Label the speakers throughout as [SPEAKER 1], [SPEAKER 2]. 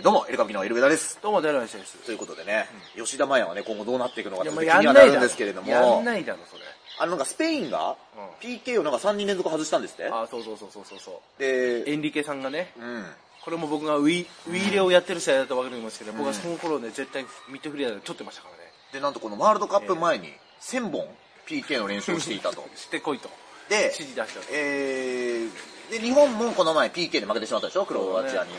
[SPEAKER 1] どうも、エルカブキのエルベダです。
[SPEAKER 2] どうも、ダルマンです。
[SPEAKER 1] ということでね、吉田麻也はね、今後どうなっていくのか
[SPEAKER 2] い
[SPEAKER 1] ちょっ
[SPEAKER 2] や、
[SPEAKER 1] と
[SPEAKER 2] もう
[SPEAKER 1] 気
[SPEAKER 2] や
[SPEAKER 1] に
[SPEAKER 2] ん
[SPEAKER 1] はな
[SPEAKER 2] な
[SPEAKER 1] る
[SPEAKER 2] い
[SPEAKER 1] ん
[SPEAKER 2] だ
[SPEAKER 1] ですけれど
[SPEAKER 2] ろ。やん
[SPEAKER 1] も、
[SPEAKER 2] ないだろ、それ。
[SPEAKER 1] あの、なんかスペインが
[SPEAKER 2] うん、
[SPEAKER 1] PK をなんか3人連続外したんですって。
[SPEAKER 2] あ、そうそうそうそうそうそう。
[SPEAKER 1] で、
[SPEAKER 2] エンリケさんがね、
[SPEAKER 1] うん。
[SPEAKER 2] これも僕がウィ、ウィーレをやってる試合だと分かりますけど、僕はその頃ね、絶対ミッドフィルダーで取ってましたからね。
[SPEAKER 1] で、なんとこのワールドカップ前に、1000本 PK の練習をしていたと。
[SPEAKER 2] してこいと。
[SPEAKER 1] で
[SPEAKER 2] 指、示出したと。
[SPEAKER 1] えー、で、日本もこの前 PK で負けてしまったでしょ、クロアチアに。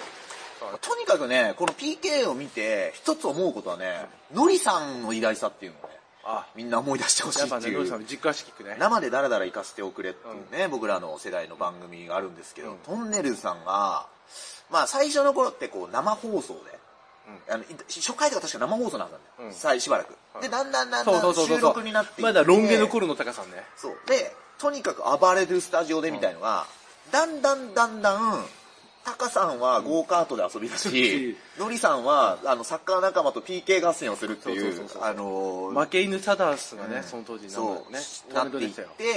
[SPEAKER 2] そうね
[SPEAKER 1] とにかくね、この PK を見て、一つ思うことはね、ノリさんの偉大さっていうのをね、
[SPEAKER 2] あ、
[SPEAKER 1] みんな思い出してほしい
[SPEAKER 2] やっ
[SPEAKER 1] って
[SPEAKER 2] ぱね、
[SPEAKER 1] い
[SPEAKER 2] ロイさ、。
[SPEAKER 1] うん
[SPEAKER 2] 実家式キックね。
[SPEAKER 1] 生でダラダラ行かせておくれっていうね、僕らの世代の番組があるんですけど、
[SPEAKER 2] うん
[SPEAKER 1] トンネルズさんが、まあ最初の頃ってこう生放送で、あのい初回とか確か生放送なんだよ、
[SPEAKER 2] うん
[SPEAKER 1] さいしばらく、
[SPEAKER 2] はい
[SPEAKER 1] で、だんだんだん
[SPEAKER 2] そう
[SPEAKER 1] だ
[SPEAKER 2] そ
[SPEAKER 1] ん
[SPEAKER 2] うそうそう。
[SPEAKER 1] 収録になっていって
[SPEAKER 2] まだロン毛の頃の高さんね。
[SPEAKER 1] そう。で、とにかく暴れるスタジオでみたいのが、だんだんだんだん、タカさんはゴーカートで遊びだし、ノリさんは、あの、サッカー仲間と PK 合戦をするってい
[SPEAKER 2] そううそうそう、そう
[SPEAKER 1] あのー
[SPEAKER 2] 負け犬サダースが
[SPEAKER 1] う
[SPEAKER 2] ね、
[SPEAKER 1] ん
[SPEAKER 2] その当時なんだ
[SPEAKER 1] そ
[SPEAKER 2] ろ
[SPEAKER 1] う
[SPEAKER 2] うね。
[SPEAKER 1] な
[SPEAKER 2] 大
[SPEAKER 1] ってい
[SPEAKER 2] 物で
[SPEAKER 1] っ
[SPEAKER 2] したよ。
[SPEAKER 1] て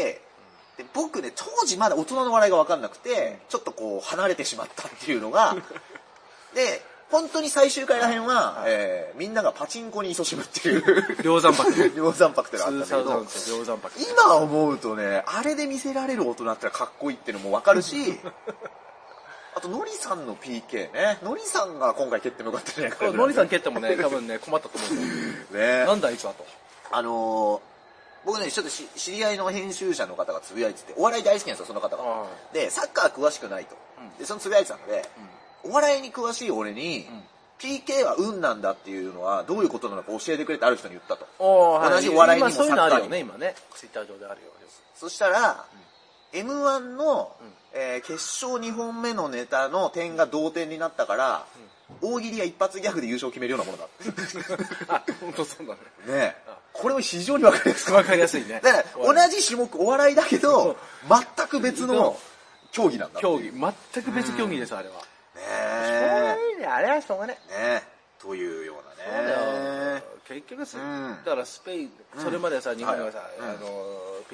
[SPEAKER 1] で僕ね当時まだ大人の笑いが分かんなくてちょっとこう離れてしまったっていうの がで本当に最終回らへんは、えーみんながパチンコに勤しむっていう
[SPEAKER 2] 量 産パック。
[SPEAKER 1] 量産泊ってのがあったんだけど
[SPEAKER 2] 2000量産パック。
[SPEAKER 1] 今思うとねあれで見せられる大人ってのはかっこいいってのも分かる しあとノリさんの PK ねノリさんが今回蹴ってもよかったんじゃないかな
[SPEAKER 2] ノリさん蹴ってもね、多分ね、困ったと思うんだよ。
[SPEAKER 1] ね
[SPEAKER 2] なんだあいつはと。
[SPEAKER 1] あのー僕ね、ちょっとし知り合いの編集者の方がつぶやいてて、お笑い大好きなんですよ、その方が。
[SPEAKER 2] あ
[SPEAKER 1] で、サッカー詳しくないと。
[SPEAKER 2] うん
[SPEAKER 1] で、そのつぶやいてたので、お笑いに詳しい俺に、PK は運なんだっていうのはどういうことなのか教えてくれってある人に言ったと。
[SPEAKER 2] おー
[SPEAKER 1] 同じお笑いにも
[SPEAKER 2] 今そういうのあ
[SPEAKER 1] サッカー
[SPEAKER 2] る
[SPEAKER 1] に
[SPEAKER 2] よね、今ね。ツイッター上であるよ。
[SPEAKER 1] そしたら、M1 の、
[SPEAKER 2] ん
[SPEAKER 1] えー決勝2本目のネタの点が同点になったから、大喜利や一発ギャグで優勝を決めるようなものだって。
[SPEAKER 2] あ、本当そうだね。
[SPEAKER 1] ね
[SPEAKER 2] あ
[SPEAKER 1] これは非常にわかりやすく
[SPEAKER 2] わかりやすいね。
[SPEAKER 1] だから
[SPEAKER 2] お笑い
[SPEAKER 1] 同じ種目お笑いだけ ど全く別の競技なんだ
[SPEAKER 2] 競技、全く別競技です、あれは。
[SPEAKER 1] ね
[SPEAKER 2] いね、あれはしょうがね。
[SPEAKER 1] えねえというよう
[SPEAKER 2] そうだ
[SPEAKER 1] な
[SPEAKER 2] よ
[SPEAKER 1] ね。
[SPEAKER 2] 結局さ、
[SPEAKER 1] うん
[SPEAKER 2] だからスペイン、それまでさ、日本がさ、
[SPEAKER 1] はい
[SPEAKER 2] あのー、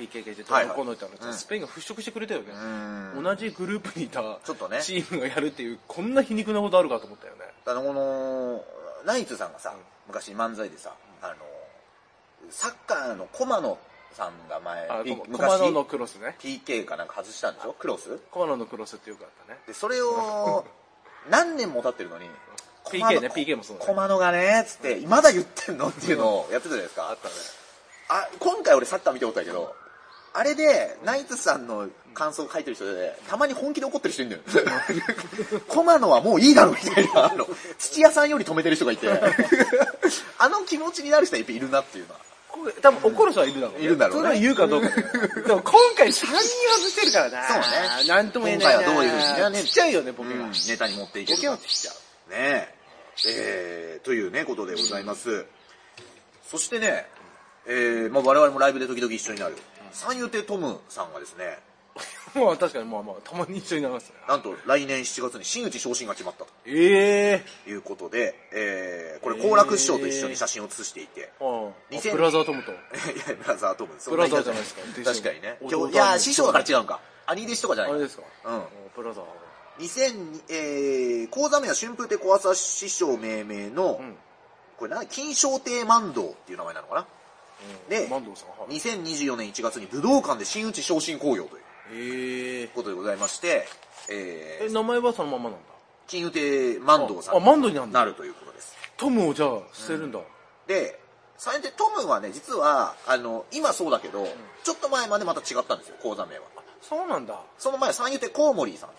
[SPEAKER 2] PKK でど
[SPEAKER 1] は
[SPEAKER 2] う
[SPEAKER 1] い
[SPEAKER 2] のこうのってあの
[SPEAKER 1] うん
[SPEAKER 2] さ、スペインが払拭してくれたよね。
[SPEAKER 1] うん
[SPEAKER 2] 同じグループにいた
[SPEAKER 1] ちょっとね
[SPEAKER 2] チームがやるっていう、こんな皮肉なことあるかと思ったよね。
[SPEAKER 1] あのこのナイツさんがさ
[SPEAKER 2] うん
[SPEAKER 1] 昔漫才でさあのサッカーの駒野さんが前
[SPEAKER 2] あ、
[SPEAKER 1] ピ
[SPEAKER 2] コマ
[SPEAKER 1] 昔
[SPEAKER 2] ノのクロスね。
[SPEAKER 1] PK かなんか外したんでしょクロス
[SPEAKER 2] コマノのクロスってよくあったね。
[SPEAKER 1] でそれ を何年も経ってるのに
[SPEAKER 2] PK ね PK もそうだね
[SPEAKER 1] 駒野がねつってまだ言ってんのっていうのをやってたじゃないですか
[SPEAKER 2] あったね。
[SPEAKER 1] あ、今回俺サッカー見たことだけど、あれで、ナイツさんの感想を書いてる人で、たまに本気で怒ってる人い るんだよ。コマノはもういいだろみたいな、あの、土屋さんより止めてる人がいて、あの気持ちになる人はやっぱいるなっていうのは。
[SPEAKER 2] これ多分怒る人はいるだろう、ね。
[SPEAKER 1] いるんだろうね
[SPEAKER 2] それは言うかどうかだ よ。でも今回3人外してるからな。
[SPEAKER 1] そうね
[SPEAKER 2] なんとも言えないな。
[SPEAKER 1] 今回はどういうふうにね
[SPEAKER 2] ちっちゃいよね、ボケが。
[SPEAKER 1] ネタに持っていけ
[SPEAKER 2] ボ
[SPEAKER 1] る
[SPEAKER 2] ケ
[SPEAKER 1] か
[SPEAKER 2] は
[SPEAKER 1] ね
[SPEAKER 2] ちっちゃう。
[SPEAKER 1] え。えー、というね、ことでございます。そしてね、えー、まあ我々もライブで時々一緒になる、三遊亭トムさんがですね、
[SPEAKER 2] まあ確かに、まあまあ、たまに一緒に流すね。
[SPEAKER 1] なんと来年7月に真打ち昇進が決まったと。
[SPEAKER 2] ええ
[SPEAKER 1] ということで、えー、これ、好楽師匠と一緒に写真を写していて、
[SPEAKER 2] ー。あ
[SPEAKER 1] 2000
[SPEAKER 2] あ、ブラザートム と。
[SPEAKER 1] いや、ブラザートム、そ
[SPEAKER 2] ブラザーじゃないですか
[SPEAKER 1] 確かにね。
[SPEAKER 2] 弟
[SPEAKER 1] 今
[SPEAKER 2] は
[SPEAKER 1] 日いや、師匠が違うんか。兄弟子とかじゃ
[SPEAKER 2] あ
[SPEAKER 1] ない
[SPEAKER 2] れ
[SPEAKER 1] か
[SPEAKER 2] ですか
[SPEAKER 1] うん。
[SPEAKER 2] ブラザー。
[SPEAKER 1] 2002、えー、講座名は春風亭小朝師匠命名の、
[SPEAKER 2] うん。
[SPEAKER 1] これな、金賞亭万堂っていう名前なのかな。で
[SPEAKER 2] マンドウさん。はい
[SPEAKER 1] 2024年1月に武道館で真打ち昇進興行という
[SPEAKER 2] ええ
[SPEAKER 1] ことでございまして、え
[SPEAKER 2] え、
[SPEAKER 1] ー、
[SPEAKER 2] 名前はそのままなんだ。
[SPEAKER 1] 金融亭万堂さん
[SPEAKER 2] ああ万堂になるんだ
[SPEAKER 1] なるということです。
[SPEAKER 2] トムをじゃあ捨てるんだ。
[SPEAKER 1] で、サインテトムはね、実は、あの、今そうだけど、ちょっと前までまた違ったんですよ、講座名は。
[SPEAKER 2] そうなんだ。
[SPEAKER 1] その前は三遊亭コウモリーさん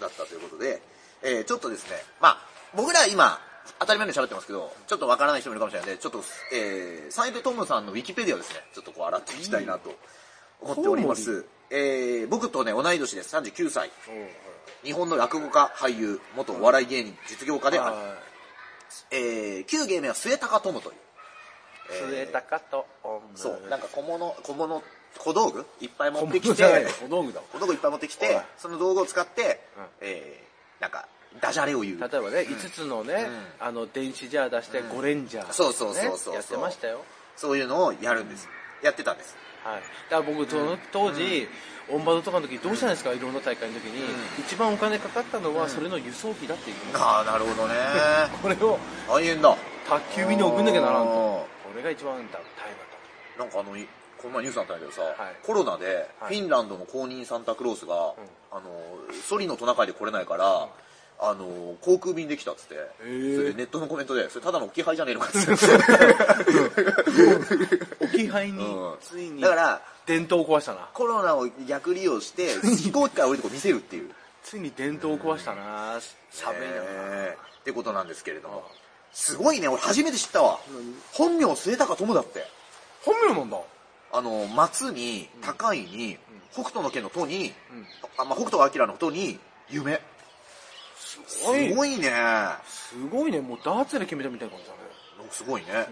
[SPEAKER 1] だったということで、えーちょっとですね、まあ、僕ら今、当たり前のように喋ってますけど、ちょっとわからない人もいるかもしれないんで、ちょっと、えー、三遊亭トムさんのウィキペディアをですね、ちょっとこう洗っていきたいなと思っておりま
[SPEAKER 2] コウ
[SPEAKER 1] す。えー、僕とね、同い年です、39歳。
[SPEAKER 2] おうはい
[SPEAKER 1] 日本の落語家、俳優、元お笑い芸人、実業家である。
[SPEAKER 2] はい
[SPEAKER 1] えー、旧芸名は末高トムという。
[SPEAKER 2] 末高と女
[SPEAKER 1] そう、なんか小物、小物、小道具いっぱい持ってき
[SPEAKER 2] 小物
[SPEAKER 1] て
[SPEAKER 2] じゃないよ、小道具だわ
[SPEAKER 1] 小道具いっぱい持ってき
[SPEAKER 2] お
[SPEAKER 1] て
[SPEAKER 2] い、
[SPEAKER 1] その道具を使って
[SPEAKER 2] うん、
[SPEAKER 1] えー、なんか、ダジャレを言う。
[SPEAKER 2] 例えばね、5つのね、あの、電子ジャー出して、ゴレンジャー、ね。
[SPEAKER 1] そうそうそうそう
[SPEAKER 2] やってましたよ。
[SPEAKER 1] そういうのをやるんです。やってたんです。
[SPEAKER 2] はい、だから僕、その当時、オンバドとかの時どうしたんですか、いろんな大会の時に、一番お金かかったのは、それの輸送費だって言ってまし
[SPEAKER 1] ああ、なるほ どね。
[SPEAKER 2] たこれを
[SPEAKER 1] 大変だ。
[SPEAKER 2] 宅急便に送んなきゃならんと、
[SPEAKER 1] あ
[SPEAKER 2] これが一番大変だ
[SPEAKER 1] なんかあの、いこの前ニュースになったんだけどさ、
[SPEAKER 2] はい
[SPEAKER 1] コロナでフ
[SPEAKER 2] はい
[SPEAKER 1] ィンランドの公認サンタクロースが、あの、ソリのトナカイで来れないから、あの、航空便できたっつって、
[SPEAKER 2] ー
[SPEAKER 1] それでネットのコメントで、それただの置き配じゃねえのかっつって。
[SPEAKER 2] と、置き配に
[SPEAKER 1] うん
[SPEAKER 2] ついに
[SPEAKER 1] だから、
[SPEAKER 2] 伝統を壊したな、
[SPEAKER 1] コロナを逆利用して、飛行機から降りるとこ見せるっていう。
[SPEAKER 2] ついに伝統を壊したな、寒いな、
[SPEAKER 1] ねえってことなんですけれども。すごいね、俺初めて知ったわ。本名末高友だって。
[SPEAKER 2] 本名なんだ、
[SPEAKER 1] あの、松に、高いに、北斗の拳の都に、
[SPEAKER 2] ん
[SPEAKER 1] あまあ、北斗明の都に、夢。す
[SPEAKER 2] ごい
[SPEAKER 1] ごいね。
[SPEAKER 2] すごいね、もうダーツで決めたみたいな感じだね、
[SPEAKER 1] すごいね。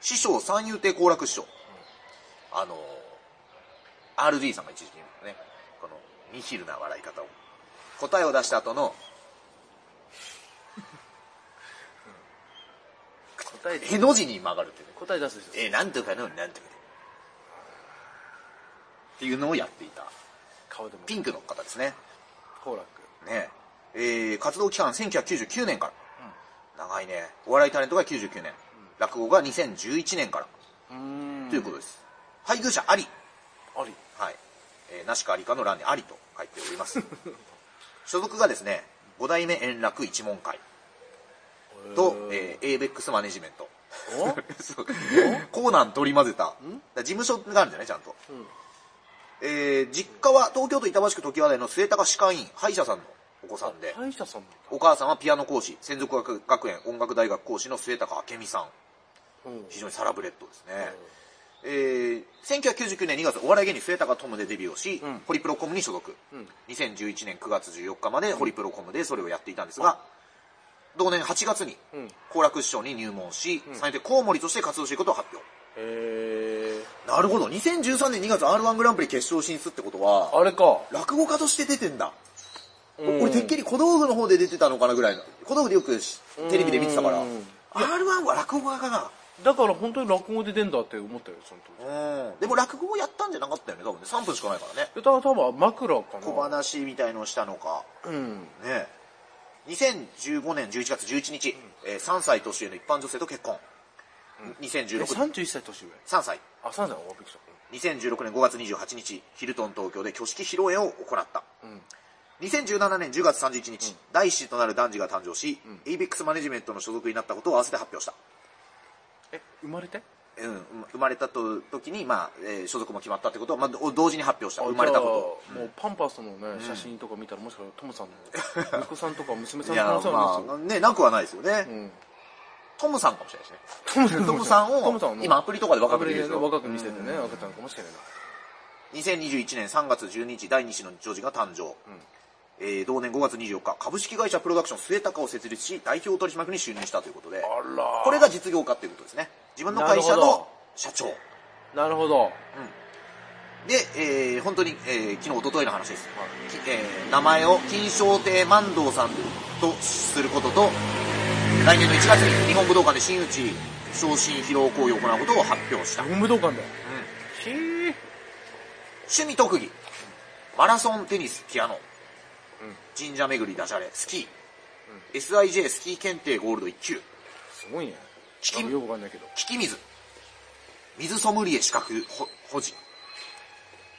[SPEAKER 1] 師匠、三遊亭好楽師匠。あの、RD さんが一時期ね、この、ニヒルな笑い方を。答えを出した後の、
[SPEAKER 2] 答え
[SPEAKER 1] への字に曲がるってね。
[SPEAKER 2] 答え出すでしょ、
[SPEAKER 1] えー、なんとかの、なんとかで。っていうのをやっていた。
[SPEAKER 2] 顔でも、
[SPEAKER 1] ピンクの方ですね。
[SPEAKER 2] 好楽、
[SPEAKER 1] ねえー活動期間1999年から、長いねお笑いタレントが99年、落語が2011年から、
[SPEAKER 2] うーん、
[SPEAKER 1] ということです配偶者あり、
[SPEAKER 2] あり、
[SPEAKER 1] はいえー、なしかありかの欄にありと書いております所属がですね五代目円楽一門会と、えー、ABEX マネジメント
[SPEAKER 2] お
[SPEAKER 1] そうコーナーに取り混ぜただから事務所があるんじゃないちゃんと、
[SPEAKER 2] ん
[SPEAKER 1] えー実家は東京都板橋区常盤台の末高歯科医院歯医者さんのお子さんで
[SPEAKER 2] 歯医者さんなんだ
[SPEAKER 1] お母さんはピアノ講師、専属学学園音楽大学講師の末高明美さん。
[SPEAKER 2] うん
[SPEAKER 1] 非常にサラブレッドですね。えー、1999年2月、お笑い芸人末高トムでデビューをし、
[SPEAKER 2] うん
[SPEAKER 1] ホリプロコムに所属。
[SPEAKER 2] ん
[SPEAKER 1] 2011年9月14日までホリプロコムでそれをやっていたんですが、同年8月に
[SPEAKER 2] うん、
[SPEAKER 1] 好楽師匠に入門し、最低コウモリとして活動していくことを発表。
[SPEAKER 2] え
[SPEAKER 1] なるほど、2013年2月 R1 グランプリ決勝進出ってことは、
[SPEAKER 2] あれか。
[SPEAKER 1] 落語家として出てんだ。
[SPEAKER 2] うん
[SPEAKER 1] 俺てっきり小道具の方で出てたのかなぐらいの小道具でよくしテレビで見てたから
[SPEAKER 2] うん
[SPEAKER 1] R1 は落語家かな
[SPEAKER 2] だから本当に落語で出んだって思ったよ、その時。
[SPEAKER 1] うんでも落語をやったんじゃなかったよね多分ね3分しかないからね
[SPEAKER 2] だから多分枕かな。
[SPEAKER 1] 小話みたいのをしたのか
[SPEAKER 2] うん。
[SPEAKER 1] ね2015年11月11日、えー3歳年上の一般女性と結婚、
[SPEAKER 2] え、
[SPEAKER 1] 2016年
[SPEAKER 2] 31歳年上。
[SPEAKER 1] 3歳
[SPEAKER 2] あ、3歳はびっくりし
[SPEAKER 1] 2016年5月28日ヒルトン東京で挙式披露宴を行った
[SPEAKER 2] た。うん。
[SPEAKER 1] 2017年10月31日、第一子となる男児が誕生し、エイベックスマネジメントの所属になったことを合わせて発表した
[SPEAKER 2] え、生まれて
[SPEAKER 1] うん、うん生まれたと時に、まあえー所属も決まったってことを、まあ、お同時に発表した生まれたこ
[SPEAKER 2] じゃあもうパンパースのね、写真とか見たらもしかしたらトムさんの息子さんとか娘さ
[SPEAKER 1] と
[SPEAKER 2] ん
[SPEAKER 1] い
[SPEAKER 2] の
[SPEAKER 1] や
[SPEAKER 2] 可能性はあ
[SPEAKER 1] ま
[SPEAKER 2] りま
[SPEAKER 1] あねなくはないですよね、
[SPEAKER 2] すよ。うん。
[SPEAKER 1] トムさんかもしれないですねトムさん
[SPEAKER 2] トムさん
[SPEAKER 1] を
[SPEAKER 2] の
[SPEAKER 1] 今アプリとかで若
[SPEAKER 2] 若
[SPEAKER 1] く
[SPEAKER 2] く
[SPEAKER 1] で
[SPEAKER 2] 見
[SPEAKER 1] き
[SPEAKER 2] せ
[SPEAKER 1] るで
[SPEAKER 2] て
[SPEAKER 1] し
[SPEAKER 2] ね、
[SPEAKER 1] ょ
[SPEAKER 2] 若く見せてね、赤ちゃんかもしれない。
[SPEAKER 1] 2021年3月12日第2子の女児が誕生、えー同年5月24日株式会社プロダクション末高を設立し代表取締役に就任したということで
[SPEAKER 2] あら
[SPEAKER 1] これが実業家っていうことですね自分の会社
[SPEAKER 2] なるほ
[SPEAKER 1] の
[SPEAKER 2] ど
[SPEAKER 1] 社長
[SPEAKER 2] なるほど。
[SPEAKER 1] で、えー本当に、えー昨日、一昨日の話です。きえー名前を金賞亭万堂さんとすることと、来年の1月に日本武道館で真打ち昇進披露行為を行うことを発表した。
[SPEAKER 2] 日本武道館だよ。へー
[SPEAKER 1] 趣味特技、マラソン、テニス、ピアノ、神社巡り、ダジャレ、スキー、SIJ スキー検定ゴールド1級、
[SPEAKER 2] すごいね。
[SPEAKER 1] 聞き
[SPEAKER 2] なんかよくわかんないけど。
[SPEAKER 1] 聞き水、水ソムリエ資格ほ保持、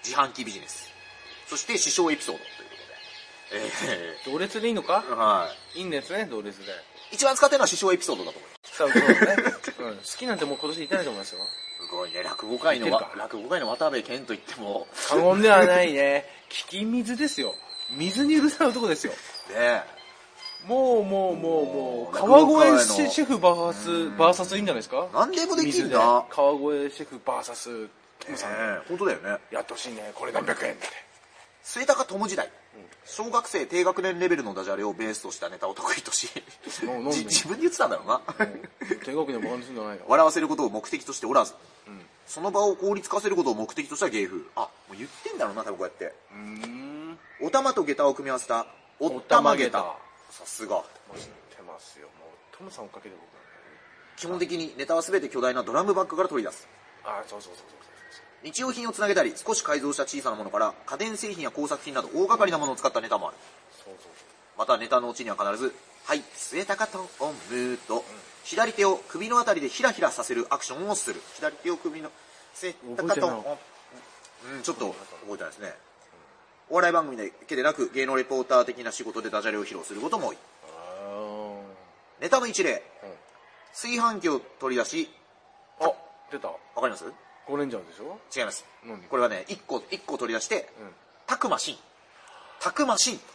[SPEAKER 1] 自販機ビジネス、そして師匠エピソードということで、えー
[SPEAKER 2] 同列でいいのか
[SPEAKER 1] はい
[SPEAKER 2] いんですね、同列で。
[SPEAKER 1] い。一番使ってるのは師匠エピソードだと思います。
[SPEAKER 2] 多分そうだね。うん。好きなんてもう今年いたないと思いますよ。
[SPEAKER 1] すごいね、落語界の
[SPEAKER 2] 言っ
[SPEAKER 1] わ
[SPEAKER 2] て、る
[SPEAKER 1] 落語界の渡部健と言っても、
[SPEAKER 2] 過言ではないね。聞き水ですよ。水にうるさい男ですよ。
[SPEAKER 1] ね
[SPEAKER 2] もうもうもうもう、
[SPEAKER 1] もう
[SPEAKER 2] 川越
[SPEAKER 1] 中国
[SPEAKER 2] シェフバース、バーサスいいんじゃないですか
[SPEAKER 1] 何でもでき
[SPEAKER 2] 水
[SPEAKER 1] ん
[SPEAKER 2] で
[SPEAKER 1] な。
[SPEAKER 2] 川越シェフバーサス、トムさん、
[SPEAKER 1] ね本当だよね。
[SPEAKER 2] やってほしいね。これ何百円って。
[SPEAKER 1] 末高友時代、小学生低学年レベルのダジャレをベースとしたネタを得意とし、
[SPEAKER 2] ななんで
[SPEAKER 1] じ自分で言ってたんだろうな。
[SPEAKER 2] 帝国でバカにするんじゃないよ。
[SPEAKER 1] 笑わせることを目的としておらず、その場を効率化することを目的とした芸風。あ、もう言ってんだろうな、多分こうやって。
[SPEAKER 2] うーん。
[SPEAKER 1] お玉と下駄を組み合わせた、お
[SPEAKER 2] お
[SPEAKER 1] ったた
[SPEAKER 2] ま
[SPEAKER 1] ま
[SPEAKER 2] げ
[SPEAKER 1] げ
[SPEAKER 2] た
[SPEAKER 1] た。さすが。
[SPEAKER 2] 知ってますよ。もう、トムさん追っかけて僕は。
[SPEAKER 1] 基本的にネタは全て巨大なドラムバッグから取り出す。
[SPEAKER 2] あ、そうそうそうそうそうそう。
[SPEAKER 1] 日用品をつなげたり少し改造した小さなものから家電製品や工作品など大掛かりなものを使ったネタもある
[SPEAKER 2] そうそう
[SPEAKER 1] またネタのうちには必ず「はい末高とおむと」左手を首のあたりでヒラヒラさせるアクションをする左手を首の末高
[SPEAKER 2] 覚えて
[SPEAKER 1] と
[SPEAKER 2] ない
[SPEAKER 1] おうんちょっと覚えてないですねお笑い番組だけでなく芸能レポーター的な仕事でダジャレを披露することも多い
[SPEAKER 2] あ
[SPEAKER 1] ネタの一例
[SPEAKER 2] ー、うん、
[SPEAKER 1] 炊飯器を取り出し
[SPEAKER 2] あ出た
[SPEAKER 1] わかります
[SPEAKER 2] ゴレンジャーでしょ
[SPEAKER 1] 違います
[SPEAKER 2] 何
[SPEAKER 1] これはね1個一個取り出して
[SPEAKER 2] うん
[SPEAKER 1] たくましんたくましん
[SPEAKER 2] こ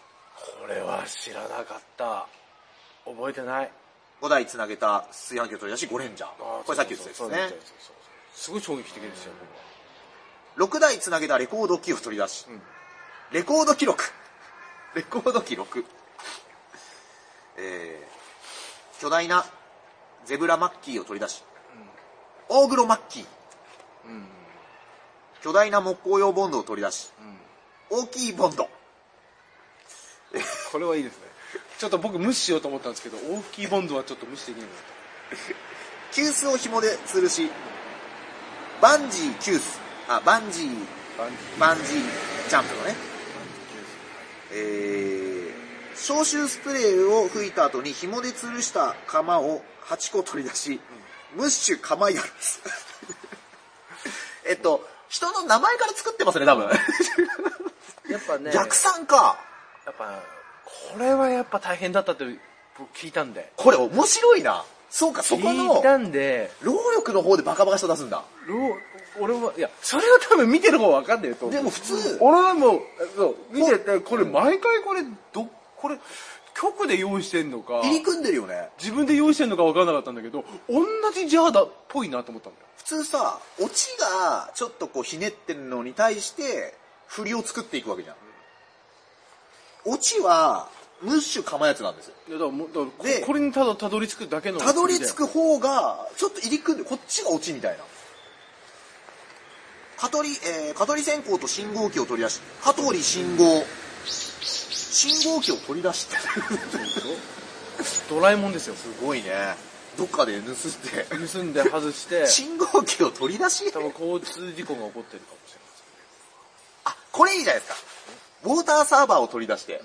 [SPEAKER 2] れは知らなかった覚えてない
[SPEAKER 1] 5台つなげた炊飯器を取り出しゴレンジャー
[SPEAKER 2] あー
[SPEAKER 1] これさっき言ってたやつ
[SPEAKER 2] そうそう
[SPEAKER 1] で
[SPEAKER 2] そう
[SPEAKER 1] すね
[SPEAKER 2] そうすごい衝撃的ですよ
[SPEAKER 1] 6台つなげたレコード機を取り出し、
[SPEAKER 2] 僕は
[SPEAKER 1] レコード記録レコード記録えー、巨大なゼブラマッキーを取り出し、大黒マッキー
[SPEAKER 2] うんうん
[SPEAKER 1] 巨大な木工用ボンドを取り出し
[SPEAKER 2] うん
[SPEAKER 1] 大きいボンド
[SPEAKER 2] これはいいですねちょっと僕無視しようと思ったんですけど大きいボンドはちょっと無視できないな
[SPEAKER 1] 急須を紐で吊るしバンジー急須あバンジー
[SPEAKER 2] バンジ
[SPEAKER 1] バンジージャンプのね、
[SPEAKER 2] ーバンジーです
[SPEAKER 1] えー、消臭スプレーを吹いた後に紐で吊るした釜を8個取り出し、ムッシュ釜やるです えっと、人の名前から作ってますね、多分。
[SPEAKER 2] やっぱね
[SPEAKER 1] 逆算か。
[SPEAKER 2] やっぱこれはやっぱ大変だったって僕聞いたんで
[SPEAKER 1] これ面白いな。そうか、そこ
[SPEAKER 2] 聞
[SPEAKER 1] の
[SPEAKER 2] い、たんで
[SPEAKER 1] 労力の方でバカバカしさ出すんだ。
[SPEAKER 2] ろ俺はいやそれは多分見てる方わかんないと思う
[SPEAKER 1] でも普通、
[SPEAKER 2] 俺はもうそう見ててこれ毎回これどこれ局で用意してんのか
[SPEAKER 1] 入り組んでるよね。
[SPEAKER 2] 自分で用意してんのか分からなかったんだけど同じジャーだっぽいなと思ったんだよ
[SPEAKER 1] 普通さ、オチがちょっとこうひねってるのに対して、振りを作っていくわけじゃん。オチは、ムッシュ構えやつなんですよ。
[SPEAKER 2] いやだからもうだからこ
[SPEAKER 1] で
[SPEAKER 2] これにただたどり着くだけの
[SPEAKER 1] たどり着く方が、ちょっと入り組んで、こっちがオチみたいな。蚊取り、えー、蚊取り線香と信号機を取り出し、蚊取り信号。信号機を取り出して。
[SPEAKER 2] ドラえもんですよ
[SPEAKER 1] すごいね。どっかで盗んで。
[SPEAKER 2] 盗んで外して
[SPEAKER 1] 信号機を取り出し
[SPEAKER 2] 多分交通事故が起こってるかもしれない
[SPEAKER 1] あ、これいいじゃないですか。ウォーターサーバーを取り出して、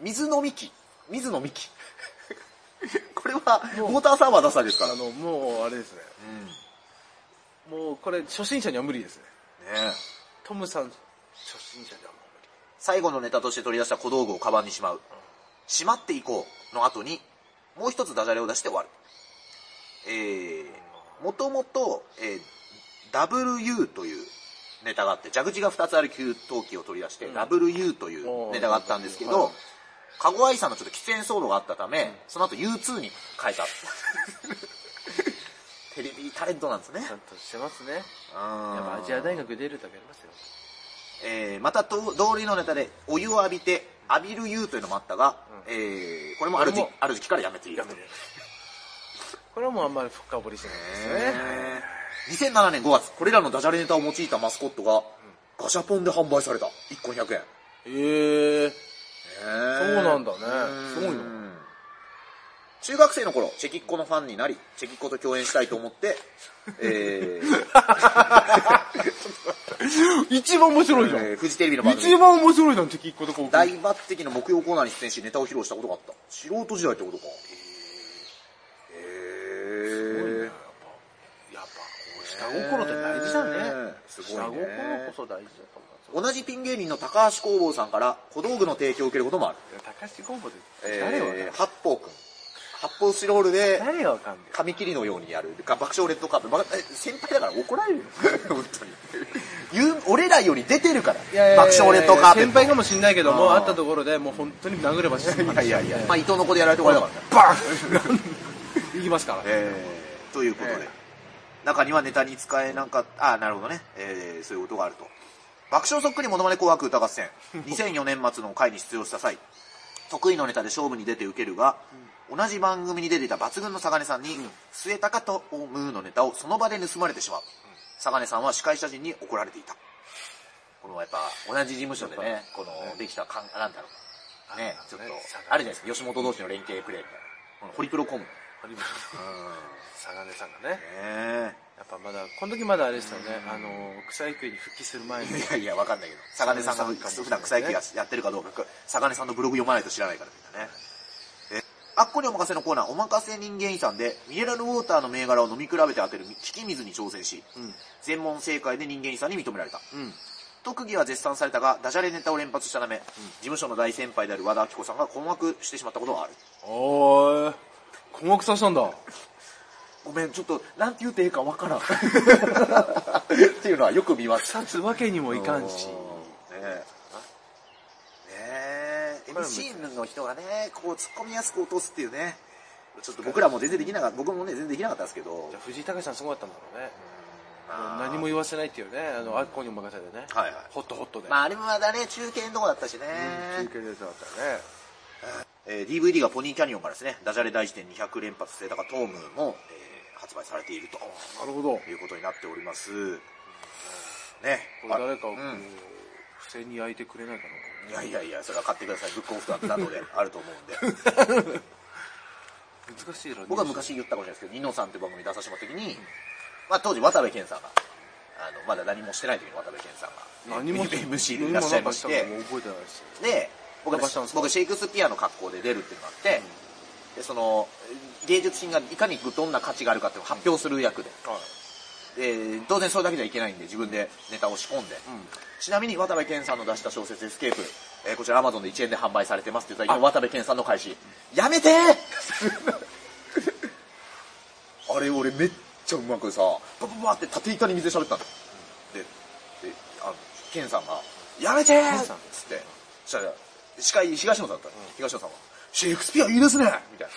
[SPEAKER 1] 水飲み機。水飲み機。 これは、ウォーターサーバー出したわけですから。
[SPEAKER 2] あ
[SPEAKER 1] ね
[SPEAKER 2] のもうあれですね、もうこれ初心者には無理ですね
[SPEAKER 1] え
[SPEAKER 2] トムさん初心者にはもう無理
[SPEAKER 1] 最後のネタとして取り出した小道具をカバンにしまう。しまっていこうの後に、もう一つダジャレを出して終わる。えー、もともと、えー、WU というネタがあって、蛇口が2つある給湯器を取り出して、
[SPEAKER 2] うん
[SPEAKER 1] WU というネタがあったんですけ
[SPEAKER 2] おー
[SPEAKER 1] ど、かごあいさんのちょっと喫煙騒動があったため、その後 U2 に変え た。テレビタレントなんですね。
[SPEAKER 2] ちゃんとしてますね
[SPEAKER 1] うん
[SPEAKER 2] やっぱアジア大学出るだけありますよ
[SPEAKER 1] えーまたと同類のネタでお湯を浴びて浴びる湯というのもあったが、
[SPEAKER 2] う
[SPEAKER 1] えーこれもある時
[SPEAKER 2] これも
[SPEAKER 1] ある時期からやめていると
[SPEAKER 2] これはもうあんまり深掘りしないですね、
[SPEAKER 1] えー2007年5月これらのダジャレネタを用いたマスコットがガシャポンで販売された1個200円
[SPEAKER 2] ええそうなんだね
[SPEAKER 1] うん
[SPEAKER 2] すごいな
[SPEAKER 1] 中学生の頃チェキッコのファンになりチェキッコと共演したいと思 って、えー
[SPEAKER 2] 一番面白いじゃん、
[SPEAKER 1] えーフジテレビの番組
[SPEAKER 2] 一番面白いじゃん敵一個とこう
[SPEAKER 1] 大抜擢の木曜コーナーに出演しネタを披露したことがあった素人時代ってことかへえ
[SPEAKER 2] やっぱやっぱこう下心って大事だね、
[SPEAKER 1] ねすごいね
[SPEAKER 2] 下心こそ大事だと思う
[SPEAKER 1] 同じピン芸人の高橋工房さんから小道具の提供を受けることもある、
[SPEAKER 2] 高橋工房で誰わかん
[SPEAKER 1] えー、八方くん八方スチロールで
[SPEAKER 2] 誰がわかんない
[SPEAKER 1] 紙切りのようにやるが爆笑レッドカーペットばえ先輩だから怒られるよ 本当に言う俺らより出てるから爆笑レッドカーペット
[SPEAKER 2] 先輩かもしんないけども
[SPEAKER 1] あー
[SPEAKER 2] 会ったところでもう本当に殴れば死ぬ
[SPEAKER 1] いやいやいや、まあ、伊藤の子でやられて終わりだからね
[SPEAKER 2] バーンいきますから、
[SPEAKER 1] えーということで、
[SPEAKER 2] え
[SPEAKER 1] 中にはネタに使えなかった、あなるほどね、えーそういうことがあると。爆笑そっくりモノマネ紅白歌合 戦、2004年末の回に出場した際、得意のネタで勝負に出て受けるが、同じ番組に出ていた抜群のサガネさんに、末高とオムーのネタをその場で盗まれてしまう。サガネさんは司会者陣に怒られていた。このやっぱ、同じ事務所でね、この、できたかん、なんだろう。ね、ちょっと、あるじゃないですか、吉本同士の連携プレーみたいな。このホリプロコム。
[SPEAKER 2] あります
[SPEAKER 1] うん
[SPEAKER 2] サガネさんがね
[SPEAKER 1] ねえ
[SPEAKER 2] やっぱまだこの時まだあれですよね、あの草野球に復帰する前 に
[SPEAKER 1] いやいや、わかんないけど。サガネさんが
[SPEAKER 2] サガネさんかもしれない
[SPEAKER 1] 普段草野球ややってるかどうか、サガネさんのブログ読まないと知らないからみんなね。えあっこにお任せのコーナー、お任せ人間遺産で、ミネラルウォーターの銘柄を飲み比べて当てる利き水に挑戦し、
[SPEAKER 2] うん
[SPEAKER 1] 全問正解で人間遺産に認められた。
[SPEAKER 2] うん
[SPEAKER 1] 特技は絶賛されたが、ダジャレネタを連発したため、事務所の大先輩である和田アキ子さんが困惑してしまったことがある。
[SPEAKER 2] おーい困惑させたんだ
[SPEAKER 1] ごめん、ちょっと、なんて言うていいかわから ん。っていうのはよく見ます。
[SPEAKER 2] 立つわけにもいかんし
[SPEAKER 1] ねえねえ
[SPEAKER 2] これは
[SPEAKER 1] MC の人がねこう突っ込みやすく落とすっていうねちょっと僕らも全然できなかった僕もね全然できなかったんですけど
[SPEAKER 2] じゃあ藤井隆さんすごかったんだろうね
[SPEAKER 1] まあ
[SPEAKER 2] 何も言わせないっていうねあのあっこにお任せでね
[SPEAKER 1] はいはい
[SPEAKER 2] ホットホットで、
[SPEAKER 1] まああれもまだね中継のとこだったしね、
[SPEAKER 2] 継でやつだったらね
[SPEAKER 1] えー DVD がポニーキャニオンからですねダジャレ大辞典200連発制だからトームも、えー発売されていると
[SPEAKER 2] なるほど
[SPEAKER 1] いうことになっておりますね
[SPEAKER 2] これ誰かをこう、
[SPEAKER 1] うん
[SPEAKER 2] 不正に焼いてくれないか
[SPEAKER 1] いやいやいやそれは買ってくださいブックオフなどであると思うんで
[SPEAKER 2] な難しいな
[SPEAKER 1] 僕は昔言ったかもしれないですけど、ニノさんという番組に出させてもらった時に、まあ当時渡部健さんが、あの、まだ何もしてない時の渡部健さんが、
[SPEAKER 2] 何も
[SPEAKER 1] MC でいらっしゃいまして、
[SPEAKER 2] 何もなんかしたのも覚えてないです
[SPEAKER 1] で、僕
[SPEAKER 2] なんかしたんですか
[SPEAKER 1] 僕シェイクスピアの格好で出るっていうのがあって、で、その、芸術品がいかにどんな価値があるかっていうのを発表する役で、
[SPEAKER 2] はい
[SPEAKER 1] で、当然それだけじゃいけないんで自分でネタを仕込んで、ちなみに渡部健さんの出した小説エスケープ、えーこちら Amazon で1円で販売されてますって言ったら今渡部健さんの開始、やめてー あれ俺めっちゃうまくさ、パパパって縦板に水で喋ったの。で、で、あの、健さんが、やめてーっ
[SPEAKER 2] さん
[SPEAKER 1] つって、そしたら、司会東野さんだったの、東野さんは、シェイクスピアいいですねみたい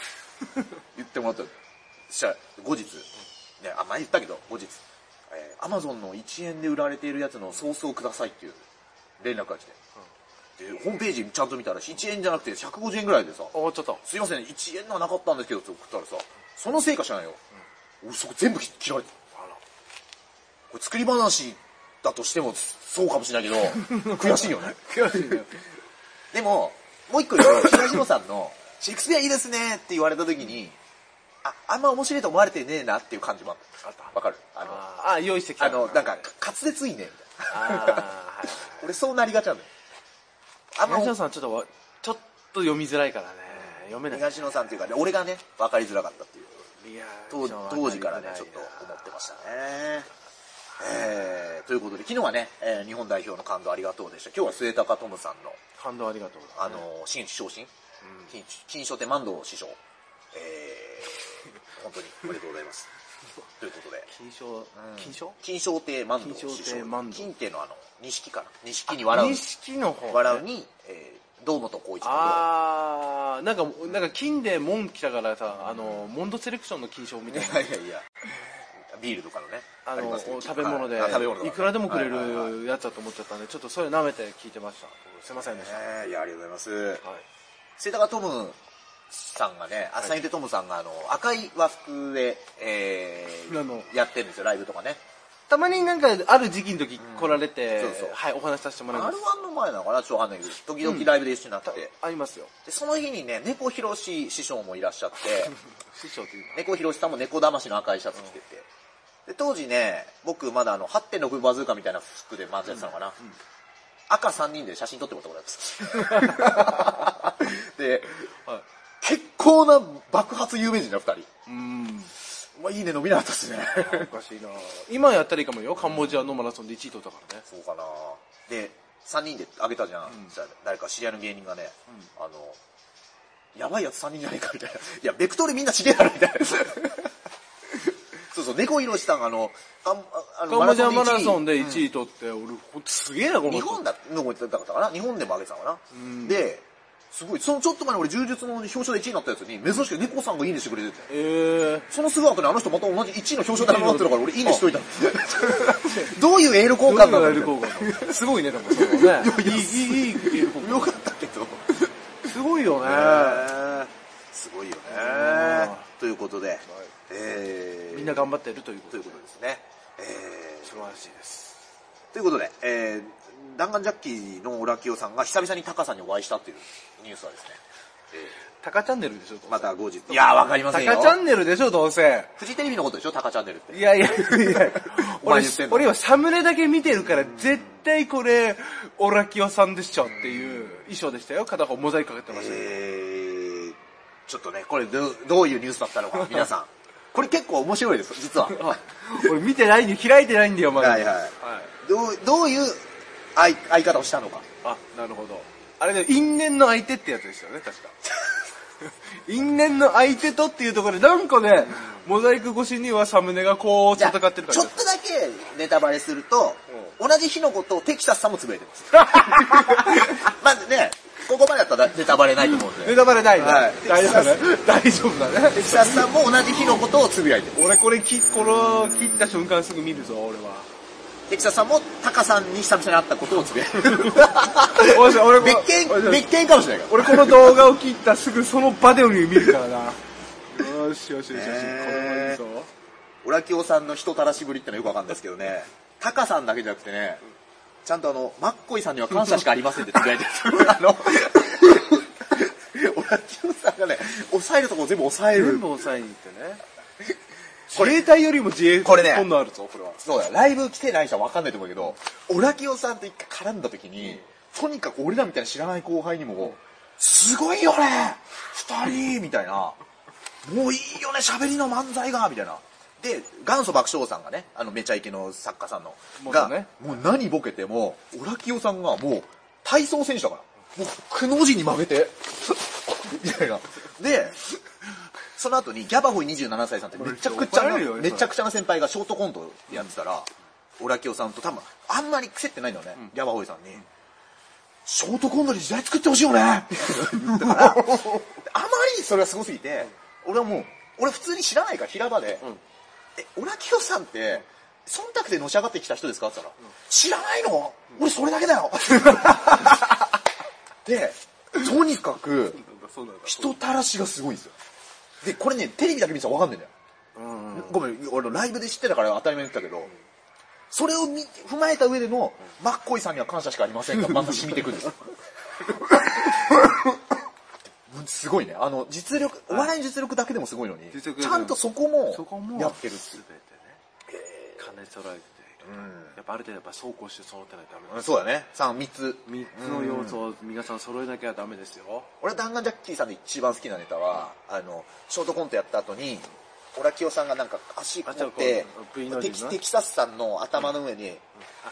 [SPEAKER 1] な。言ってもらったのそしたら後日、ね、あ前言ったけど後日、えー、アマゾンの1円で売られているやつのソースをくださいっていう連絡が来て、でホームページちゃんと見たら1円じゃなくて150円ぐらいでさ
[SPEAKER 2] 終わっちゃった
[SPEAKER 1] すいません1円のはなかったんですけどって送ったらさそのせいか知らないよ、俺そこ全部切切られて
[SPEAKER 2] あら
[SPEAKER 1] これ作り話だとしてもそうかもしれないけ ど悔しいよね
[SPEAKER 2] 悔しいね
[SPEAKER 1] でも、もう一個言うと、東野さんの、シェイクスピアいいですねって言われた時に、あ、あんま面白いと思われてねえなっていう感じもあった。
[SPEAKER 2] あった
[SPEAKER 1] わかるあの、あ
[SPEAKER 2] あーあ用意してきた
[SPEAKER 1] の、なんか、滑舌いいね、み
[SPEAKER 2] あ
[SPEAKER 1] たいな。
[SPEAKER 2] ーはい
[SPEAKER 1] 俺そうなりがちなんだよ。あんま
[SPEAKER 2] 東野さんちょっとわちょっと読みづらいからね読めない
[SPEAKER 1] 東野さんっていうか、ね、俺がね、わかりづらかったっていう。
[SPEAKER 2] いやー
[SPEAKER 1] 当
[SPEAKER 2] ちょっと
[SPEAKER 1] 当時からね、ちょっと思ってましたね。えー、ということで、昨日はね、えー日本代表の感動ありがとうでした。今日は末高トムさんの、
[SPEAKER 2] 感動ありがとう
[SPEAKER 1] あのー、新首相新、金金賞手万堂師匠、 えー、本当におめでとうございます。ということで、
[SPEAKER 2] 金賞金賞
[SPEAKER 1] 金賞亭万堂師
[SPEAKER 2] 金賞
[SPEAKER 1] 匠
[SPEAKER 2] 亭、万堂
[SPEAKER 1] 金亭のあの、錦かな、錦に笑う、
[SPEAKER 2] 錦の方ね
[SPEAKER 1] 笑うに、えー、堂本光一の堂
[SPEAKER 2] あーなんかなんか金で門来たからさあのモンドセレクションの金賞みたい
[SPEAKER 1] い
[SPEAKER 2] な
[SPEAKER 1] やいやいや、ビールとかのね、
[SPEAKER 2] あ
[SPEAKER 1] り
[SPEAKER 2] の
[SPEAKER 1] ますけど
[SPEAKER 2] 食べ物で
[SPEAKER 1] はいあ食べ物
[SPEAKER 2] いくらでもく
[SPEAKER 1] はい
[SPEAKER 2] れ
[SPEAKER 1] はいはい
[SPEAKER 2] るやつだと思っちゃったんでちょっとそれ舐めて聞いてましたすいませんでしたは
[SPEAKER 1] えーいや、ありがとうございます。
[SPEAKER 2] い
[SPEAKER 1] セタカトムさんがね、あ、サインテトムさんがあの、赤い和服で、え
[SPEAKER 2] あの
[SPEAKER 1] ー、やってるんですよ、ライブとかね。
[SPEAKER 2] たまになんかある時期の時来られて
[SPEAKER 1] そうそう
[SPEAKER 2] はいお話しさせてもらいます
[SPEAKER 1] R1 の前なのかなちょっとわかんないけど、時々ライブで一緒になって、
[SPEAKER 2] たありますよ
[SPEAKER 1] でその日にね、猫ひろし師匠もいらっしゃって、
[SPEAKER 2] 師匠というの
[SPEAKER 1] 猫ひろしさんも猫騙しの赤いシャツ着てて、で当時ね、僕まだあの8.6バズーカみたいな服で漫才やってたのかな、赤3人で写真撮ってもらったことあります。 で、
[SPEAKER 2] ははい
[SPEAKER 1] 結構な爆発有名人の2人。
[SPEAKER 2] うーん
[SPEAKER 1] まあいいね、伸びなかったっすね。
[SPEAKER 2] おかしいな今やったらいいかもよカンボジアのマラソンで1位取ったからね
[SPEAKER 1] そうかなで、3人であげたじゃん。そしたら誰か知り合いの芸人がね、あの、やばいやつ3人じゃねえかみたいな。 いや、ベクトルみんなちげえだろみたいな。 そうそう、猫ひろしさんがあの、あんああの
[SPEAKER 2] カンボジアマ
[SPEAKER 1] で
[SPEAKER 2] ラ
[SPEAKER 1] 一位
[SPEAKER 2] ソンで1位取って、俺ほんとすげえなこの人
[SPEAKER 1] 日本だのも言ってたかったかな日本でも上げてたのかなで、すごい、そのちょっと前に俺柔術の表彰で1位になったやつに、珍しく猫さんがいいねしてくれてて。
[SPEAKER 2] えー、
[SPEAKER 1] そのすぐ後にあの人また同じ1位の表彰台になってるから俺いいねしといたの どういうエール交換な
[SPEAKER 2] ど
[SPEAKER 1] の
[SPEAKER 2] ういうのがやる効果すごいねでもそれはねいいいいいいエール効
[SPEAKER 1] よかったけど。
[SPEAKER 2] 果すごいよね、
[SPEAKER 1] すごいよね
[SPEAKER 2] うん。
[SPEAKER 1] ということで、えー
[SPEAKER 2] みんな頑張ってるということと
[SPEAKER 1] い
[SPEAKER 2] で
[SPEAKER 1] うことですね。え
[SPEAKER 2] 素晴らしいです
[SPEAKER 1] ーということで、えー、弾丸ジャッキーのオラキオさんが久々にタカさんにお会いしたっていうニュースはですね、
[SPEAKER 2] タカチャンネルでしょ、どうせ
[SPEAKER 1] また後日いやわかりませんよ
[SPEAKER 2] タカチャンネルでしょ、どうせ。
[SPEAKER 1] フジテレビのことでしょタカチャンネルって
[SPEAKER 2] いやいやいや、
[SPEAKER 1] お前
[SPEAKER 2] 俺
[SPEAKER 1] 言ってん、の
[SPEAKER 2] 俺はサムネだけ見てるから、絶対これ、オラキオさんでしょっていう衣装でしたよ。片方モザイクかけてましたけど。
[SPEAKER 1] えー、ちょっとねこれどどういうニュースだったの か皆さんこれ結構面白いです実は
[SPEAKER 2] あ俺見てないんで、開いてないんだよ、まだ。
[SPEAKER 1] はいはいどうどういう相相方をしたのか
[SPEAKER 2] あ、なるほど。あれで、因縁の相手ってやつでしたよね、 確か。因縁の相手とっていうところで、なんかね、モザイク越しにはサムネがこう
[SPEAKER 1] じ
[SPEAKER 2] 戦
[SPEAKER 1] ゃ
[SPEAKER 2] っ
[SPEAKER 1] あ
[SPEAKER 2] て
[SPEAKER 1] ち
[SPEAKER 2] る
[SPEAKER 1] ょ
[SPEAKER 2] 感
[SPEAKER 1] っ
[SPEAKER 2] じ
[SPEAKER 1] と
[SPEAKER 2] で
[SPEAKER 1] だ
[SPEAKER 2] す
[SPEAKER 1] けネタバレすると、同じ日のことをテキサスさんも潰れてます まずねここまでだったらネタバレないと思うんで
[SPEAKER 2] ネタバレないね、
[SPEAKER 1] はい
[SPEAKER 2] 大丈夫だね。 大丈夫だね
[SPEAKER 1] テ。キサスさんも同じ日のことをつぶやいてる
[SPEAKER 2] 俺これ切、この、切った瞬間すぐ見るぞ、俺は。
[SPEAKER 1] テキサスさんもタカさんに久々に会ったことをつぶやいてる
[SPEAKER 2] 俺俺も
[SPEAKER 1] 別
[SPEAKER 2] 俺
[SPEAKER 1] 件別件かもしれないから
[SPEAKER 2] 俺この動画を切ったすぐその場で見るからな。よしよしよしよし、こ
[SPEAKER 1] ねえ
[SPEAKER 2] れもいいぞ。
[SPEAKER 1] オラキオさんの人たらしぶりってのはよくわかんないですけどねタカさんだけじゃなくてねちゃんとあのマッコイさんには感謝しかありませんってつぶやいてる あの オラキオさんがね抑えるとこ全部抑える
[SPEAKER 2] 全部抑えに行って ね。自衛隊よりも自衛
[SPEAKER 1] これね
[SPEAKER 2] 今度あるぞ、これは。
[SPEAKER 1] そうだよ、ライブ来てない人は分かんないと思うけど、オラキオさんと一回絡んだ時に、とにかく俺らみたいな知らない後輩にも、すごいよね二人みたいな。もういいよね喋りの漫才がみたいな。で、元祖爆笑王さんがね、あの、めちゃイケの作家さんの、
[SPEAKER 2] 元
[SPEAKER 1] が、
[SPEAKER 2] ね
[SPEAKER 1] もう何ボケても、オラキオさんがもう、体操選手だから。もう、くの字に曲げて、みたいな。で、その後にギャバホイ27歳さんってめちゃくちゃ
[SPEAKER 2] これ怒られるよ
[SPEAKER 1] な、めちゃくちゃな先輩がショートコントやってたら、オラキオさんと多分、あんまり癖ってないんだよね、ギャバホイさんに。ショートコントに時代作ってほしい よねあまりそれはすごすぎて、俺はもう、俺普通に知らないから平場で、え、オラキオさんって、忖度でのし上がってきた人ですかって言ったら、知らないの俺それだけだ よで、とにかく、
[SPEAKER 2] そうなんだ。
[SPEAKER 1] 人たらしがすごいんですよ。で、これね、テレビだけ見てたらわかんないんだよ。ごめん、俺ライブで知ってたから当たり前だったけど、それを見踏まえた上での、マッコイさんには感謝しかありませ んが、また染みてくるんですよ。すごいね。あの、実力、お笑いの実力だけでもすごいのに、
[SPEAKER 2] 実力
[SPEAKER 1] ちゃんとそこ
[SPEAKER 2] そこ
[SPEAKER 1] も
[SPEAKER 2] も、
[SPEAKER 1] やってるって
[SPEAKER 2] す
[SPEAKER 1] い
[SPEAKER 2] べ
[SPEAKER 1] う
[SPEAKER 2] てね、兼ね揃えている。やっぱある程度やっぱ走行して揃ってないとダメ
[SPEAKER 1] う
[SPEAKER 2] で
[SPEAKER 1] ん
[SPEAKER 2] す。
[SPEAKER 1] そうだね。3、3つ。
[SPEAKER 2] 三つの要素を皆さん揃えなきゃダメですよ。
[SPEAKER 1] 俺は弾丸ジャッキーさんで一番好きなネタは、あの、ショートコントやった後に、オラキオさんがなんか足持っ
[SPEAKER 2] あちょっとこ
[SPEAKER 1] て
[SPEAKER 2] う V の字
[SPEAKER 1] テ
[SPEAKER 2] の
[SPEAKER 1] キ、テキサスさんの頭の上に、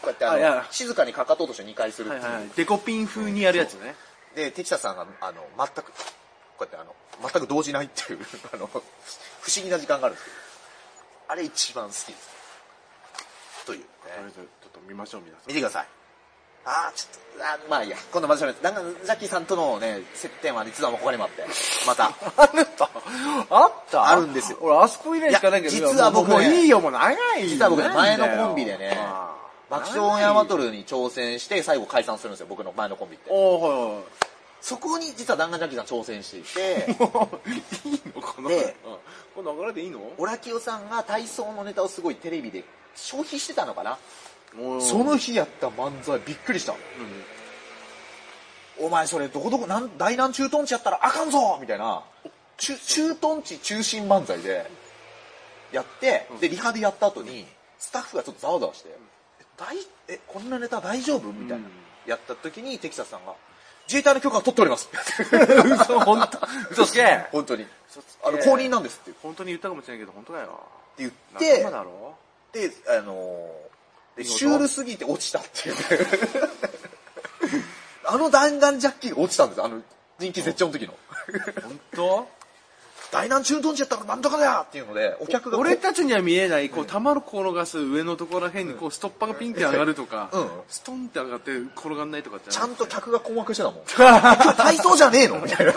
[SPEAKER 1] こうやって
[SPEAKER 2] あい
[SPEAKER 1] あの
[SPEAKER 2] や、
[SPEAKER 1] 静かにかかと落として2回するっていう。
[SPEAKER 2] デコピン風にやるやつね。
[SPEAKER 1] で、テキサスさんが、あの、全く、こうやってあの、全く動じないっていう、 あの、不思議な時間があるんですけど、あれ一番好きです。という、ね。
[SPEAKER 2] とりあえずちょっと見ましょう、皆さん
[SPEAKER 1] 見。てください。あー、ちょっと、あーまあいいや、今度また喋る。弾丸ジャッキーさんとのね、接点は実はもう他にもあって、また。
[SPEAKER 2] あったあった
[SPEAKER 1] あるんですよ
[SPEAKER 2] 俺、あそこ以来しかないけど。
[SPEAKER 1] いや実は僕ね
[SPEAKER 2] もうもういいよ、もう長いよ。
[SPEAKER 1] 実は僕ね、前のコンビでね、爆笑オンエアバト
[SPEAKER 2] ル。
[SPEAKER 1] ルに挑戦して、最後解散するんですよ、僕の前のコンビって。
[SPEAKER 2] おー、はいはい。
[SPEAKER 1] そこに実は弾丸ジャッキーさん挑戦していて、
[SPEAKER 2] もういいのこの、
[SPEAKER 1] で
[SPEAKER 2] うん、この流れでいいの
[SPEAKER 1] オラキオさんが体操のネタをすごいテレビで消費してたのかな。
[SPEAKER 2] その、
[SPEAKER 1] 日やった漫才びっくりした。お前それどこどこ、なん大南駐屯地やったらあかんぞみたいな、中駐屯地中心漫才でやって、で、リハでやった後に、スタッフがちょっとざわざわして、え大え、こんなネタ大丈夫みたいな、
[SPEAKER 2] うん
[SPEAKER 1] やった時にテキサスさんが、自衛隊の許可を取っております。
[SPEAKER 2] 嘘、ほんと、 嘘つけ
[SPEAKER 1] 本当に。あ
[SPEAKER 2] あ
[SPEAKER 1] の、
[SPEAKER 2] の、
[SPEAKER 1] 公
[SPEAKER 2] 公
[SPEAKER 1] 認
[SPEAKER 2] 認
[SPEAKER 1] なんですって
[SPEAKER 2] 本当に言ったかもしれないけど、本当だよ。
[SPEAKER 1] 言っ
[SPEAKER 2] 仲
[SPEAKER 1] て
[SPEAKER 2] 間、だろ
[SPEAKER 1] で、あのーで
[SPEAKER 2] 見事
[SPEAKER 1] シュールすぎて落ちたっていう ね。あの弾丸ジャッキーが落ちたんですよ、あの、人気絶頂の時の。
[SPEAKER 2] 本当
[SPEAKER 1] 大南駐屯地やったらなんとかだよっていうので、お客がこう。
[SPEAKER 2] 俺たちには見えない、こう、玉の転がす上のところらへんに、こう、ストッパーがピンって上がるとか、
[SPEAKER 1] うん
[SPEAKER 2] ストンって上がって転がんないとかって。
[SPEAKER 1] ちゃんと客が困惑してた もん。
[SPEAKER 2] と、
[SPEAKER 1] 体操じゃねえのみたいな。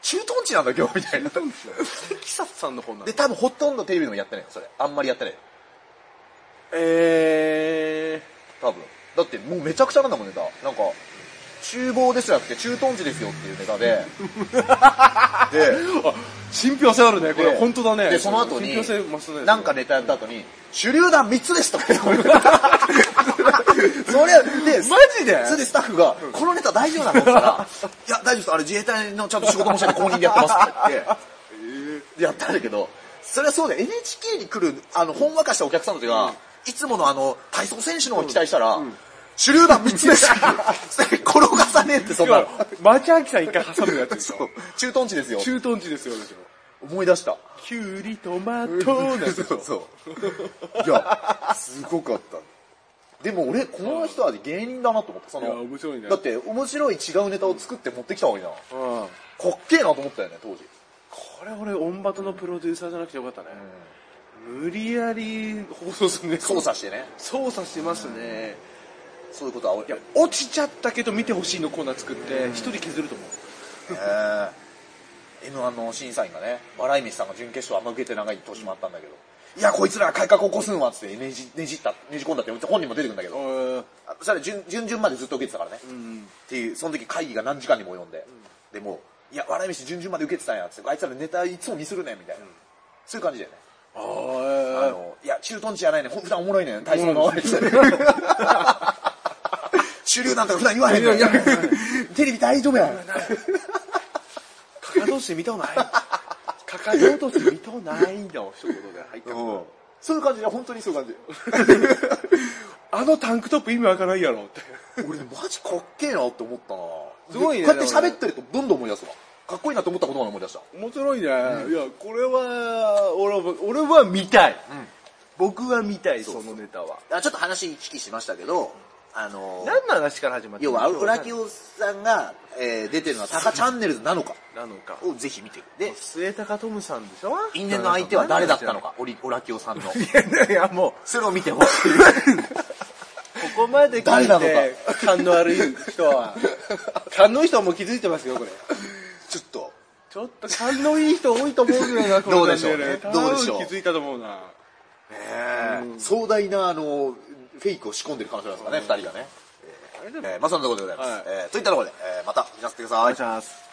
[SPEAKER 1] 駐屯地なんだ今日みたいな。
[SPEAKER 2] テキサスさんの方なの
[SPEAKER 1] で、多分ほとんどテレビでもやってないよ、それ。あんまりやってないよ。
[SPEAKER 2] え
[SPEAKER 1] 多分。だってもうめちゃくちゃなんだもんネタ。なんか、厨房ですらなくて駐屯地ですよっていうネタ で。で、
[SPEAKER 2] ー、あ、信憑性あるね、これ、
[SPEAKER 1] で
[SPEAKER 2] 本当だね。
[SPEAKER 1] で、その後に
[SPEAKER 2] 信憑性増すね。、
[SPEAKER 1] なんかネタやった後に、手榴弾3つですとか言われてそれはで
[SPEAKER 2] マジで
[SPEAKER 1] それでスタッフが、このネタ大丈夫なのって言ったら、いや、大丈夫です。あれ自衛隊のちゃんと仕事もしてて公認でやってますって言って、やったんだけど、それはそうだよ NHK に来る、あの、ほんわかしたお客さんたちが、いつものあの、体操選手のを期待したら、手榴弾3つです って。転がさねえって、そんなの。
[SPEAKER 2] マチャキさん一回挟むやつで しょ。
[SPEAKER 1] 駐屯地ですよ。
[SPEAKER 2] 駐屯地ですよ、でしょ。
[SPEAKER 1] 思い出した。
[SPEAKER 2] キュウリ、トマト、なんでし
[SPEAKER 1] そう
[SPEAKER 2] ょ。
[SPEAKER 1] そう。いや、すごかった。でも俺、この人は芸人だなと思った。そ
[SPEAKER 2] いや、
[SPEAKER 1] の、
[SPEAKER 2] 面白いね。
[SPEAKER 1] だって面白い違うネタを作って持ってきた方がいいな。
[SPEAKER 2] うん。
[SPEAKER 1] かっけえなと思ったよね、当時。
[SPEAKER 2] これ俺、オンバトのプロデューサーじゃなくてよかったね。無理やり放送するね。
[SPEAKER 1] 操作してね。
[SPEAKER 2] 操作してますね。
[SPEAKER 1] そういうことは俺、え
[SPEAKER 2] 落ちちゃったけど見てほしいのコーナー作って、一人削ると思う。
[SPEAKER 1] ー M1 の審査員がね、笑い飯さんが準決勝あんま受けて長い年もあったんだけど、いや、こいつら改革起こすんわっつってねじねじった、ねじ込んだって本人も出てくんだけど、あそれ順順々までずっと受けてたからね、っていうその時会議が何時間にも及んで、でもういや笑い飯順々まで受けてたんやっつってあいつらネタいつもミスるねみたいな、そういう感じだよね、
[SPEAKER 2] あ
[SPEAKER 1] あ
[SPEAKER 2] ー
[SPEAKER 1] のいや駐屯地じゃないねほん普段おもろいね体操 の主流なんとか普段言わへんねん
[SPEAKER 2] いやいや
[SPEAKER 1] テレビ大丈夫やん
[SPEAKER 2] かかと落として見 たことない。かかと落として見たことないんだもん、一言で入って
[SPEAKER 1] うんそういう感じで本当にそういう感じ
[SPEAKER 2] あのタンクトップ意味わからないやろって。
[SPEAKER 1] 俺マジかっけえなって思ったな
[SPEAKER 2] すごいね
[SPEAKER 1] こうやって喋ってるとどんどん思い出すわかっこいいなと思ったことまで思い出した
[SPEAKER 2] 面白いね。いや、これは、俺は、俺は見たい。僕は見たい、そのネタは。
[SPEAKER 1] あちょっと話行き来しましたけどあのー
[SPEAKER 2] 何の話から始まった
[SPEAKER 1] 要は、ラキオさんが、えー出てるのはタカチャンネルズなのか
[SPEAKER 2] なのか。
[SPEAKER 1] をぜひ見て。で、
[SPEAKER 2] 末高トムさんでしょ
[SPEAKER 1] 因縁の相手は誰だったの。か、オリオラキオさ んの。
[SPEAKER 2] いや、もう、
[SPEAKER 1] それを見て ほしい。
[SPEAKER 2] ここまで聞
[SPEAKER 1] 誰
[SPEAKER 2] い
[SPEAKER 1] なの
[SPEAKER 2] て、勘の悪い人は、勘のいい人はもう気づいてますよ、これ。
[SPEAKER 1] ちょっと、
[SPEAKER 2] ちょっと勘のいい人多いと思うけどな、この
[SPEAKER 1] どうでしょう
[SPEAKER 2] チャンネル
[SPEAKER 1] ねどうでしょう
[SPEAKER 2] 多分気づいたと思うな。
[SPEAKER 1] うん壮大な、あの、フェイクを仕込んでる可能性なんですかね、二人がね。
[SPEAKER 2] あれでも
[SPEAKER 1] えーまあ、そんなところでございます。
[SPEAKER 2] はい
[SPEAKER 1] えーといったところで、えーまた、見させてください。
[SPEAKER 2] します。